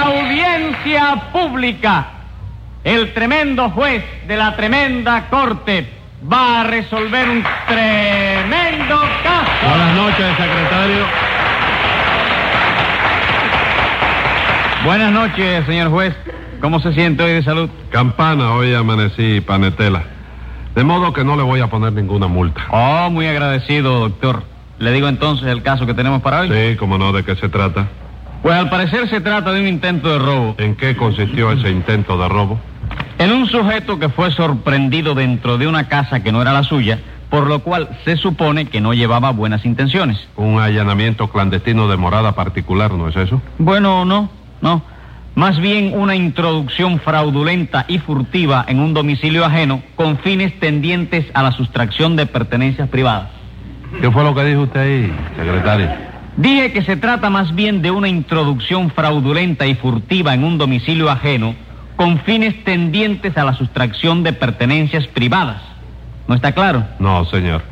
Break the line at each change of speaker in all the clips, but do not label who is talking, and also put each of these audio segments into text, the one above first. Audiencia pública. El tremendo juez de la tremenda corte va a resolver un tremendo caso.
Buenas noches, secretario.
Buenas noches, señor juez. ¿Cómo se siente hoy de salud?
Campana, hoy amanecí panetela. De modo que no le voy a poner ninguna multa.
Oh, muy agradecido, doctor. Le digo entonces el caso que tenemos para hoy.
Sí, como no, ¿de qué se trata?
Pues al parecer se trata de un intento de robo.
¿En qué consistió ese intento de robo?
En un sujeto que fue sorprendido dentro de una casa que no era la suya, por lo cual se supone que no llevaba buenas intenciones.
Un allanamiento clandestino de morada particular, ¿no es eso?
Bueno, no, no. Más bien una introducción fraudulenta y furtiva en un domicilio ajeno con fines tendientes a la sustracción de pertenencias privadas.
¿Qué fue lo que dijo usted ahí, secretario?
Dije que se trata más bien de una introducción fraudulenta y furtiva en un domicilio ajeno con fines tendientes a la sustracción de pertenencias privadas. ¿No está claro?
No, señor.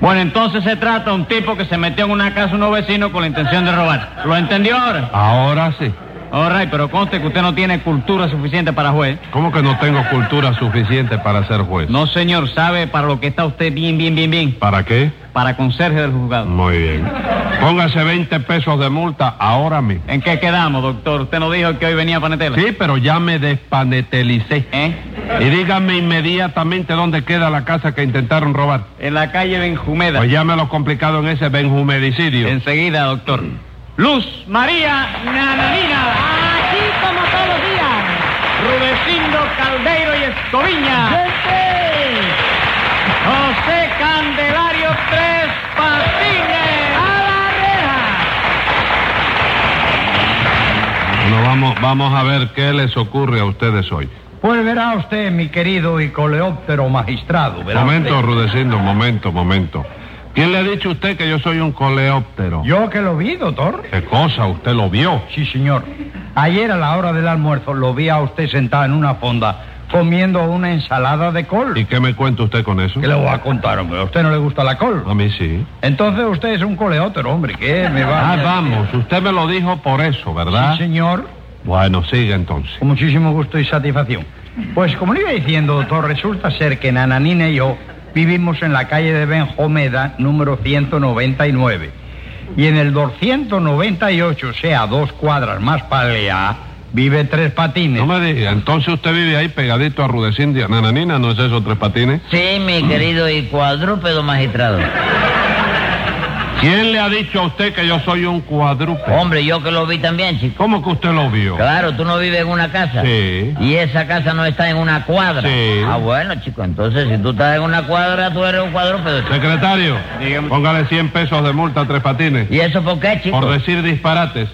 Bueno, entonces se trata de un tipo que se metió en una casa de unos vecinos con la intención de robar. ¿Lo entendió ahora?
Ahora sí.
All right, pero conste que usted no tiene cultura suficiente para juez.
¿Cómo que no tengo cultura suficiente para ser juez?
No, señor, sabe para lo que está usted bien, bien, bien, bien.
¿Para qué?
Para conserje del juzgado.
Muy bien. Póngase 20 pesos de multa ahora mismo.
¿En qué quedamos, doctor? Usted nos dijo que hoy venía para Netela.
Sí, pero ya me despanetelicé.
¿Eh?
Y dígame inmediatamente dónde queda la casa que intentaron robar.
En la calle Benjumeda.
Pues ya me lo complicado en ese benjumedicidio.
Enseguida, doctor. Luz María Nananina.
Aquí como todos los días.
Rudecindo Caldeiro y Escoviña.
¡Gente!
José Candelario Tres Patines.
¡A la reja!
Bueno, vamos, vamos a ver qué les ocurre a ustedes hoy.
Pues verá usted, mi querido y coleóptero magistrado, verá
Momento,
usted.
Rudecindo, momento, momento. ¿Quién le ha dicho a usted que yo soy un coleóptero?
Yo que lo vi, doctor.
¿Qué cosa? ¿Usted lo vio?
Sí, señor. Ayer a la hora del almuerzo lo vi a usted sentado en una fonda comiendo una ensalada de col.
¿Y qué me cuenta usted con eso?
¿Qué le voy a contar, hombre? ¿A usted no le gusta la col?
A mí sí.
Entonces usted es un coleóptero, hombre. ¿Qué me va
Ah,
a
vamos, usted me lo dijo por eso, ¿verdad?
Sí, señor.
Bueno, sigue entonces.
Con muchísimo gusto y satisfacción. Pues como le iba diciendo, doctor, resulta ser que Nananina y yo vivimos en la calle de Benjomeda, número 199. Y en el 298, o sea, dos cuadras más para allá, vive Tres Patines.
No me diga, entonces usted vive ahí pegadito a Rudecindo y a Nananina, ¿no es eso, Tres Patines?
Sí, mi querido y cuadrúpedo magistrado.
¿Quién le ha dicho a usted que yo soy un cuadrúpedo?
Hombre, yo que lo vi también, chico.
¿Cómo que usted lo vio?
Claro, tú no vives en una casa.
Sí.
Y esa casa no está en una cuadra.
Sí.
Ah, bueno, chico, entonces si tú estás en una cuadra, tú eres un cuadrúpedo, chico.
Secretario,
Dígame.
póngale 100 pesos de multa a Tres Patines
¿Y eso por qué, chico?
por decir disparates.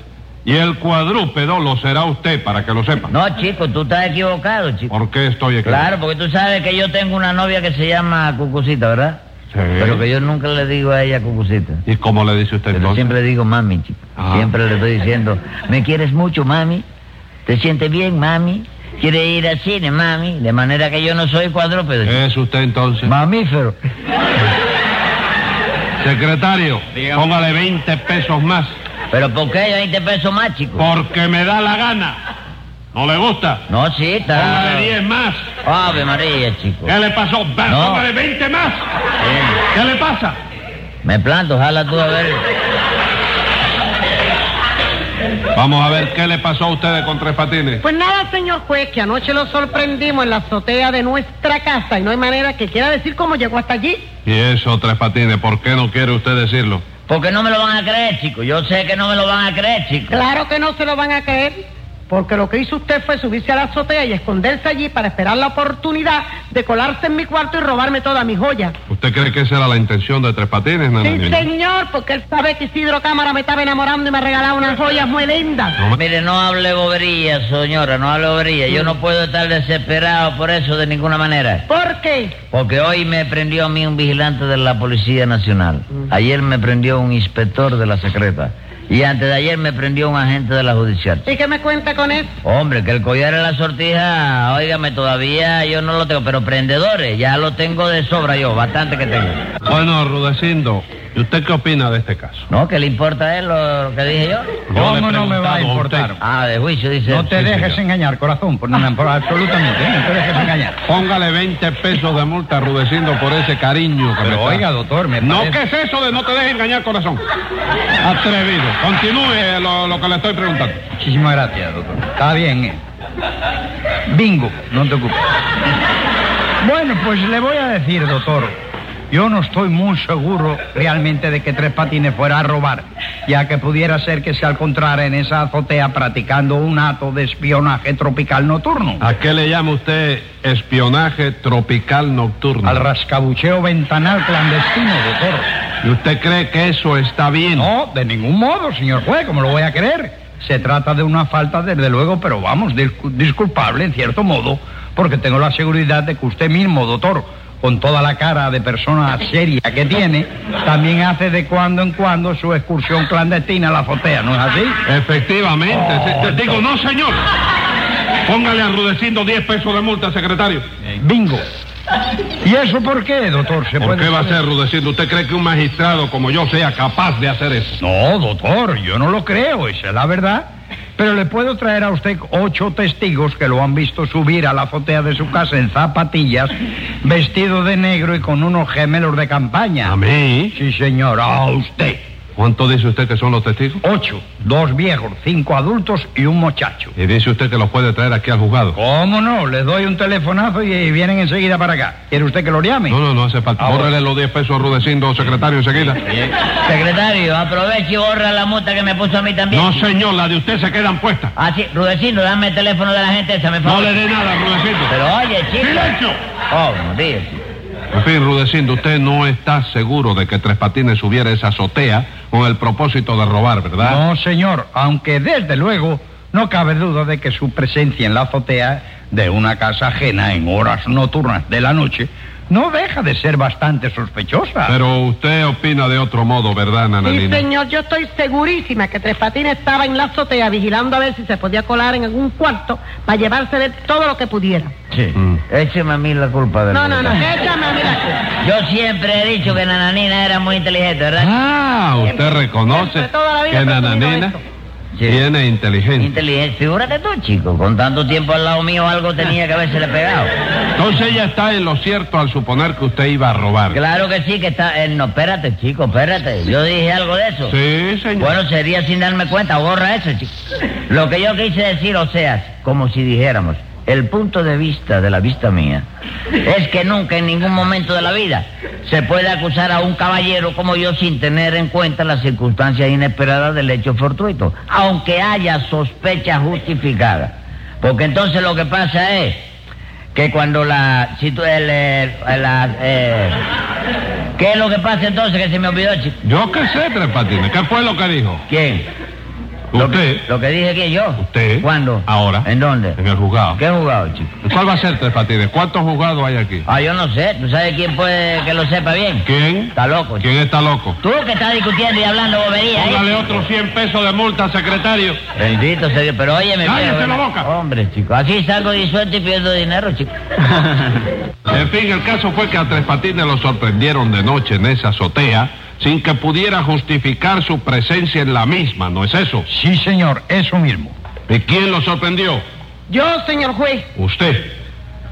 Y el cuadrúpedo lo será usted, para que lo sepa.
No, chico, tú estás equivocado, chico.
¿Por qué estoy aquí?
Claro, porque tú sabes que yo tengo una novia que se llama Cucucita, ¿verdad?
Sí.
Pero que yo nunca le digo a ella Cucucita.
¿Y cómo le dice usted
Pero
entonces?
siempre le digo mami, chico.
Ah.
Siempre le estoy diciendo, ¿me quieres mucho, mami? ¿Te sientes bien, mami? ¿Quieres ir al cine, mami? De manera que yo no soy cuadrúpedo. chico.
¿Qué es usted entonces?
Mamífero.
Secretario,
Dígame.
póngale 20 pesos más.
¿Pero por qué 20 pesos más, chico?
Porque me da la gana. ¿No le gusta?
No, sí, está...
Póngale 10 más.
Ave María, chico.
¿Qué le pasó? Ve,
No.
Póngale 20 más. ¿Qué le pasa?
Me planto, jala tú a ver.
Vamos a ver qué le pasó a ustedes con Tres Patines.
Pues nada, señor juez, que anoche lo sorprendimos en la azotea de nuestra casa y no hay manera que quiera decir cómo llegó hasta allí.
Y eso, Tres Patines, ¿por qué no quiere usted decirlo?
Porque no me lo van a creer, chico. Yo sé que no me lo van a creer, chico.
Claro que no se lo van a creer, porque lo que hizo usted fue subirse a la azotea y esconderse allí para esperar la oportunidad de colarse en mi cuarto y robarme toda mi joya.
¿Usted cree que esa era la intención de Tres Patines,
Sí,
nananina?
señor, porque él sabe que Isidro Cámara me estaba enamorando y me regalaba unas joyas muy lindas.
No me-
Mire, no hable bobería, señora, no hable bobería. Yo no puedo estar desesperado por eso de ninguna manera.
¿Por qué?
Porque hoy me prendió a mí un vigilante de la Policía Nacional. Ayer me prendió un inspector de la Secreta. Y antes de ayer me prendió un agente de la Judicial.
¿Y qué me cuenta con eso?
Hombre, que el collar en la sortija, óigame, todavía yo no lo tengo, pero prendedores, ya lo tengo de sobra yo, bastante que tengo.
Bueno, Rudecindo, ¿Y usted qué opina de este caso?
No, que le importa a él lo, lo que dije yo.
Yo le
¿Cómo
he
no me
preguntado
va a
a
importar?
usted.
Ah, de juicio, dice.
No
él.
te
Sí,
dejes
señor.
engañar, corazón, por, nada, por absolutamente, ¿eh? no te dejes engañar.
Póngale 20 pesos de multa arrudeciendo por ese cariño que me
Pero
está-
oiga, doctor, me
No,
parece-
¿qué es eso de no te dejes engañar, corazón? Atrevido. Continúe lo, lo que le estoy preguntando.
Muchísimas gracias, doctor. Está bien, ¿eh? Bingo, no te ocupes. Bueno, pues le voy a decir, doctor, yo no estoy muy seguro realmente de que Tres Patines fuera a robar, ya que pudiera ser que se encontrara en esa azotea practicando un acto de espionaje tropical nocturno.
¿A qué le llama usted espionaje tropical nocturno?
Al rascabucheo ventanal clandestino, doctor.
¿Y usted cree que eso está bien?
No, de ningún modo, señor juez, ¿cómo lo voy a creer? Se trata de una falta, desde luego, pero vamos, discu- disculpable en cierto modo, porque tengo la seguridad de que usted mismo, doctor, con toda la cara de persona seria que tiene, también hace de cuando en cuando su excursión clandestina a la azotea, ¿no es así?
Efectivamente. sí, te digo, no, señor. Póngale arrudeciendo 10 pesos de multa, secretario.
Bingo. ¿Y eso por qué, doctor? ¿Se
¿Por
puede
qué va a
saber?
ser arrudeciendo? ¿Usted cree que un magistrado como yo sea capaz de hacer eso?
No, doctor, yo no lo creo, esa es la verdad. Pero le puedo traer a usted ocho testigos que lo han visto subir a la azotea de su casa en zapatillas, vestido de negro y con unos gemelos de campaña.
¿A mí?
Sí, señor, a usted.
¿Cuánto dice usted que son los testigos?
Ocho, dos viejos, cinco adultos y un muchacho.
Y dice usted que los puede traer aquí al juzgado.
¿Cómo no? Les doy un telefonazo y, y vienen enseguida para acá. ¿Quiere usted que lo llame?
No, no, no hace falta.
Ahora.
Bórrele los 10 pesos arrudeciendo, secretario, enseguida.
Secretario, aproveche y borra la multa que me puso a mí también.
No, señor, la de usted se quedan puestas.
Así, Rudecindo, dame el teléfono de la gente esa, me
No
favor.
le dé nada, Rudecindo.
Pero oye, chico.
¡Silencio!
Oh, Dios.
En fin, Rudecindo, usted no está seguro de que Tres Patines subiera esa azotea con el propósito de robar, ¿verdad?
No, señor, aunque desde luego no cabe duda de que su presencia en la azotea de una casa ajena en horas nocturnas de la noche no deja de ser bastante sospechosa.
Pero usted opina de otro modo, ¿verdad,
Sí,
Nananina?
señor, yo estoy segurísima que Tres Patines estaba en la azotea vigilando a ver si se podía colar en algún cuarto para llevarse de todo lo que pudiera.
Sí.
Mm.
Écheme a mí la culpa de
No, no, no, échame a mí la culpa.
Yo siempre he dicho que Nananina era muy inteligente, ¿verdad?
Ah, usted
Siempre-
reconoce
siempre, toda la vida
que
he presumido
Nananina
esto.
Sí.
tiene inteligencia.
Inteligente. Figúrate tú, chico. Con tanto tiempo al lado mío algo tenía que haberse le pegado.
Entonces ella está en lo cierto al suponer que usted iba a robar.
Claro que sí, que está... eh, no, espérate, chico, espérate. Yo dije algo de eso.
Sí, señor.
Bueno, sería sin darme cuenta, borra eso, chico. Lo que yo quise decir, o sea, como si dijéramos, el punto de vista de la vista mía es que nunca en ningún momento de la vida se puede acusar a un caballero como yo sin tener en cuenta las circunstancias inesperadas del hecho fortuito, aunque haya sospecha justificada. Porque entonces lo que pasa es que cuando la... Si tú- el, eh, la, eh, ¿Qué es lo que pasa entonces que se me olvidó, chico?
Yo qué sé, Tres Patines. ¿Qué fue lo que dijo?
¿Quién? Lo
Usted.
que, lo que dije que yo.
Usted.
¿Cuándo?
Ahora.
¿En dónde?
En el juzgado.
¿Qué jugado, chico?
¿Cuál va a ser, Tres Patines? ¿Cuántos juzgados hay aquí?
Ah, yo no sé. ¿Tú sabes quién puede que lo sepa bien?
¿Quién?
Está loco, chico.
¿Quién está loco?
Tú que estás discutiendo y hablando bobería, ¿eh?
Póngale otros 100 pesos de multa, secretario.
Bendito sea Dios, pero óyeme...
¡Cállese
viejo,
la
¿verdad?
boca!
Hombre, chico, así salgo disuelto y pierdo dinero, chico.
En fin, el caso fue que a Tres Patines lo sorprendieron de noche en esa azotea sin que pudiera justificar su presencia en la misma, ¿no es eso?
Sí, señor, eso mismo.
¿Y quién lo sorprendió?
Yo, señor juez,
Usted.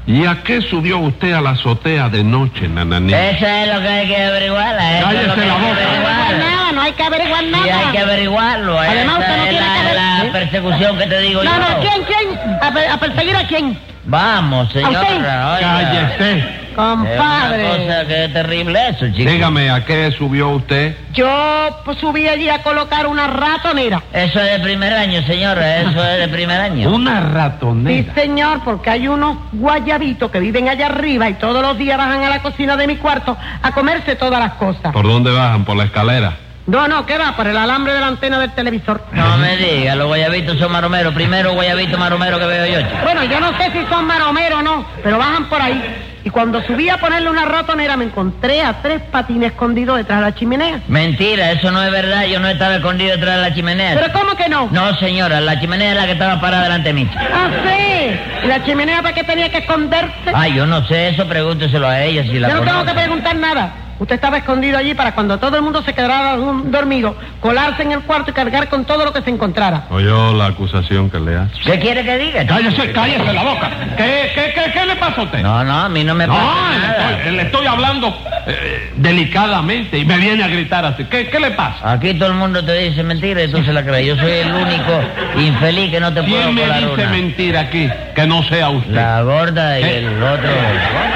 ¿Y a qué subió usted a la azotea de noche, nananina?
Eso es lo que hay que averiguarla. eso es lo
Cállese
que
la
hay que
boca.
no hay que averiguar
averiguarla.
nada, no hay que averiguar nada.
Sí, hay que averiguarlo. eh. esa
Además, usted no
es
tiene
la,
que ver-
la persecución que te digo
No,
yo.
no, ¿quién, quién? ¿A, per- a perseguir a quién?
Vamos, señora.
usted?
oiga.
Cállese.
Es una
Compadre.
cosa que es terrible eso, chico.
Dígame, ¿a qué subió usted?
Yo pues, subí allí a colocar una ratonera.
Eso es de primer año, señora, eso es de primer año.
Una
Sí,
ratonera.
señor, porque hay unos guayabitos que viven allá arriba y todos los días bajan a la cocina de mi cuarto a comerse todas las cosas.
¿Por dónde bajan? ¿Por la escalera?
No, no, ¿qué va? Por el alambre de la antena del televisor.
No me diga, los guayabitos son maromeros. Primero guayabito maromero que veo yo, chico.
Bueno, yo no sé si son maromeros o no, pero bajan por ahí. Y cuando subí a ponerle una ratonera me encontré a tres patines escondidos detrás de la chimenea.
Mentira, eso no es verdad. Yo no estaba escondido detrás de la chimenea.
¿Pero cómo que no?
No, señora, la chimenea es la que estaba parada delante de mí. chico.
Ah, sí. ¿Y la chimenea para qué tenía que esconderse?
Ay, yo no sé eso, pregúnteselo a ella si la
yo no tengo
conoce.
que preguntar nada. Usted estaba escondido allí para cuando todo el mundo se quedara du- dormido, colarse en el cuarto y cargar con todo lo que se encontrara.
Oyó la acusación que le hace.
¿Qué quiere que diga?
Cállese, cállese la boca. ¿Qué, qué, qué, qué le pasa a usted?
No, no, a mí no me
No,
pasa
le
nada.
estoy, le estoy hablando eh, delicadamente y me viene a gritar así. ¿Qué, qué le pasa?
Aquí todo el mundo te dice mentira y tú se la crees. Yo soy el único infeliz que no te puedo
¿Quién me
colar
dice
una.
mentira aquí que no sea usted?
La gorda y
¿Eh?
el otro.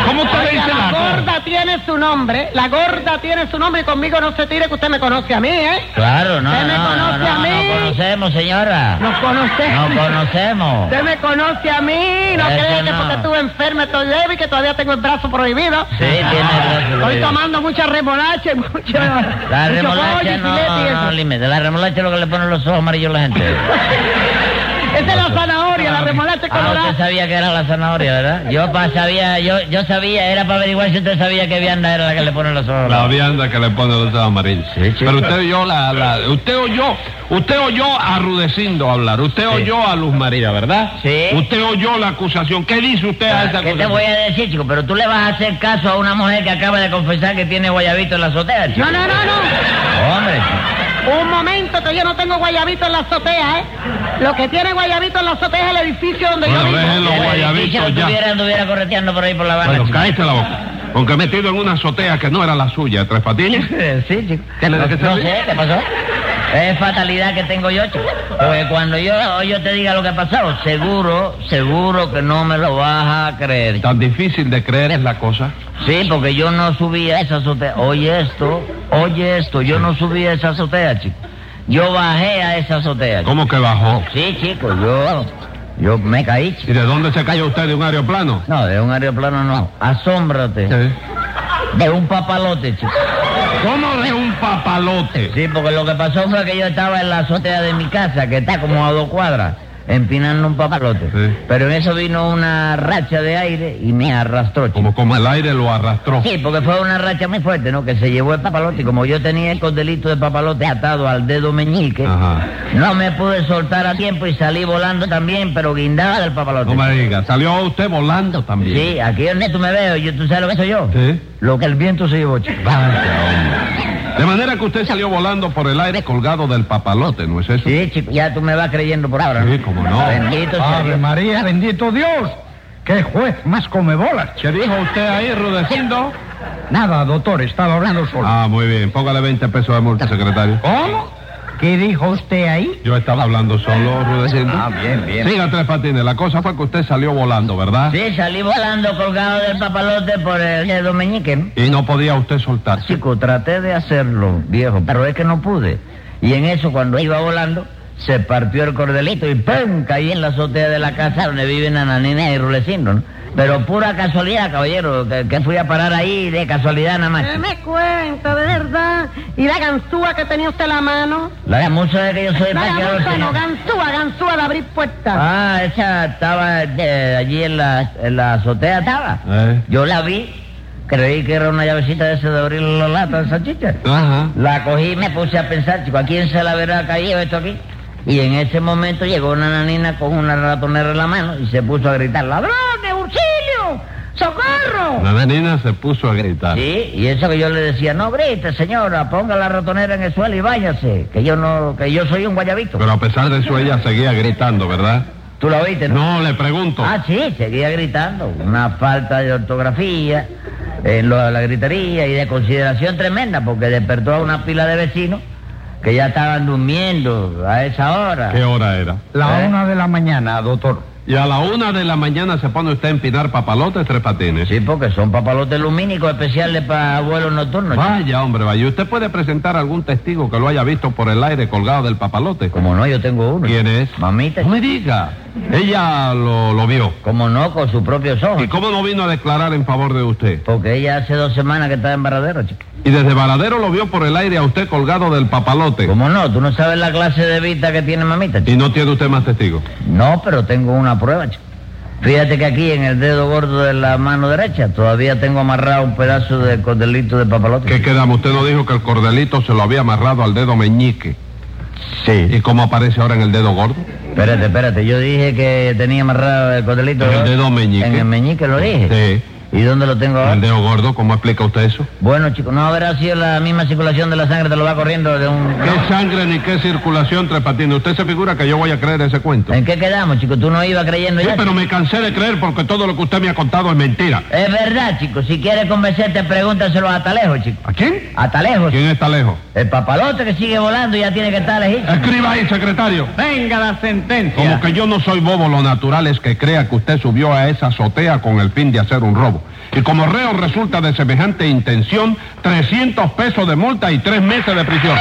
¿Cómo usted le
Oiga,
dice
la
la gorda?
gorda tiene su nombre, la gorda tiene su nombre y conmigo no se tire que usted me conoce a mí, ¿eh?
Claro, no,
Usted me
no, no, no,
conoce a mí.
no conocemos, señora.
Nos conocemos.
No conocemos.
Usted me conoce a mí, no
Eso
cree que
no.
porque estuve enferma estoy débil, que todavía tengo el brazo prohibido.
Sí, tiene razón.
Estoy tomando mucha remolacha y mucho.
La
mucho pollo
remolacha
y filete y
no,
eso.
no, límite. La remolacha es lo que le ponen los ojos amarillos a la gente.
Esa es la zanahoria, la remolacha
Ah, usted
colorada.
sabía que era la zanahoria, ¿verdad? Yo pa- sabía, yo, yo sabía, era para averiguar si usted sabía que vianda era la que le ponen los ojos.
La vianda que le pone los ojos amarillos.
Sí, sí.
Pero usted oyó la, la- usted oyó, usted oyó a Rudecindo hablar, usted oyó a Luz María, ¿verdad?
Sí.
Usted oyó la acusación. Ah, ¿Qué dice usted a esa
Ah, ¿Qué te
acusación?
voy a decir, chico? Pero tú le vas a hacer caso a una mujer que acaba de confesar que tiene guayabito en la azotea, chico.
No, no, no, no.
Hombre, chico.
Un momento, que yo no tengo guayabito en la azotea, ¿eh? Lo que tiene guayabito en la azotea es el edificio donde
Bueno,
yo vivo.
déjelo. Los
Si el
guayabitos
edificio
ya.
Estuviera, anduviera correteando por ahí por la Habana,
Bueno,
chico.
cállese la boca. Aunque metido en una azotea que no era la suya, Tres Patines.
Sí, chico.
¿Qué le-
no,
qué se
no
ríe?
sé, ¿qué pasó? Es fatalidad que tengo yo, chico. Porque cuando yo, yo te diga lo que ha pasado, seguro, seguro que no me lo vas a creer. chico.
Tan difícil de creer es la cosa.
Sí, porque yo no subí a esa azotea. Oye esto, oye esto, yo no subí a esa azotea, chico. Yo bajé a esa azotea. chico.
¿Cómo que bajó?
Sí, chico, yo, yo me caí,
¿Y
chico.
de dónde se cayó usted de un aeroplano?
No, de un aeroplano no. Asómbrate. De un papalote, chico.
¿Cómo de un papalote?
Sí, porque lo que pasó fue que yo estaba en la azotea de mi casa, que está como a dos cuadras, empinando un papalote.
Sí.
Pero en eso vino una racha de aire y me arrastró, chico.
Como como el aire lo arrastró.
Sí, porque fue una racha muy fuerte, ¿no? Que se llevó el papalote y como yo tenía el cordelito de papalote atado al dedo meñique,
Ajá.
no me pude soltar a tiempo y salí volando también, pero guindada del papalote.
No me diga, salió usted volando también.
Sí, aquí donde tú me veo, yo, ¿tú sabes lo que soy yo?
Sí.
Lo que el viento se llevó, chico.
De manera que usted salió volando por el aire colgado del papalote, ¿no es eso?
Sí, chico, ya tú me vas creyendo por ahora, ¿no?
Sí, cómo no.
Bendito sea
Ave
Dios.
María, bendito Dios. ¡Qué juez más come bolas!
¿Qué dijo usted ahí, Rudecindo?
Nada, doctor, estaba hablando solo.
Ah, muy bien. Póngale 20 pesos de multa, secretario.
¿Cómo? ¿Qué dijo usted ahí?
Yo estaba hablando solo, Rudecindo.
Ah, bien, bien.
Siga, Tres Patines. La cosa fue que usted salió volando, ¿verdad?
Sí, salí volando colgado del papalote por el dedo meñique, ¿no?
Y no podía usted soltarse.
Chico, traté de hacerlo, viejo, pero es que no pude. Y en eso, cuando iba volando, se partió el cordelito y ¡pum! caí en la azotea de la casa donde viven Ananina y Rulecindo, ¿no? Pero pura casualidad, caballero, que, que fui a parar ahí de casualidad nada más.
Eh, me cuenta, de verdad. Y la ganzúa que tenía usted en la mano.
La musa de que yo soy
No,
paseador,
ganzúa,
señor.
no, ganzúa, ganzúa de abrir puertas.
Ah, esa estaba eh, allí en la, en la azotea, estaba.
Eh.
Yo la vi, creí que era una llavecita de ese de abrir la lata de salchicha.
Ajá.
La cogí y me puse a pensar, chico, ¿a quién se la verá caído esto aquí? Y en ese momento llegó una nanina con una ratonera en la mano y se puso a gritar, ¡Ladrones, auxilio! ¡Socorro!
La menina se puso a gritar.
Sí, y eso que yo le decía, no grite, señora, ponga la ratonera en el suelo y váyase, que yo no, que yo soy un guayabito.
Pero a pesar de eso, ella seguía gritando, ¿verdad?
¿Tú la oíste, no?
No, le pregunto.
Ah, sí, seguía gritando. Una falta de ortografía, en lo de la gritería y de consideración tremenda, porque despertó a una pila de vecinos que ya estaban durmiendo a esa hora.
¿Qué hora era?
La
¿Eh?
una de la mañana, doctor.
Y a la una de la mañana se pone usted a empinar papalotes, Tres Patines.
Sí, porque son papalotes lumínicos especiales para vuelos nocturnos. chico.
Vaya, hombre, vaya. ¿Usted puede presentar algún testigo que lo haya visto por el aire colgado del papalote?
Como no, yo tengo uno.
¿Quién es?
Mamita.
No me diga. Ella lo, lo vio.
Como no, con sus propios ojos.
¿Y cómo no vino a declarar en favor de usted?
Porque ella hace dos semanas que está en Baradero, chico.
Y desde Varadero lo vio por el aire a usted colgado del papalote.
Como no, tú no sabes la clase de vista que tiene mamita, chico.
Y no tiene usted más testigos.
No, pero tengo una prueba, chico. Fíjate que aquí en el dedo gordo de la mano derecha todavía tengo amarrado un pedazo de cordelito de papalote.
¿Qué quedamos? Usted no dijo que el cordelito se lo había amarrado al dedo meñique.
Sí.
¿Y cómo aparece ahora en el dedo gordo?
Espérate, espérate. Yo dije que tenía amarrado el cordelito.
En el dedo meñique.
En el meñique lo dije.
Sí.
¿Y dónde lo tengo ahora?
¿El dedo gordo? ¿Cómo explica usted eso?
Bueno, chico, ¿no habrá sido la misma circulación de la sangre te lo va corriendo de un...
¿Qué sangre ni qué circulación, Tres Patines? ¿Usted se figura que yo voy a creer ese cuento?
¿En qué quedamos, chico? ¿Tú no ibas creyendo
Sí,
ya?
pero me cansé de creer porque todo lo que usted me ha contado es mentira.
Es verdad, chico. Si quieres convencerte, pregúntaselo a Talejo, chico.
¿A quién?
A Talejo.
¿Quién está lejos?
El papalote que sigue volando ya tiene que estar lejísimo.
Escriba ahí, secretario.
Venga la sentencia.
Como que yo no soy bobo, lo natural es que crea que usted subió a esa azotea con el fin de hacer un robo. Y como reo resulta de semejante intención, 300 pesos de multa y tres meses de prisión.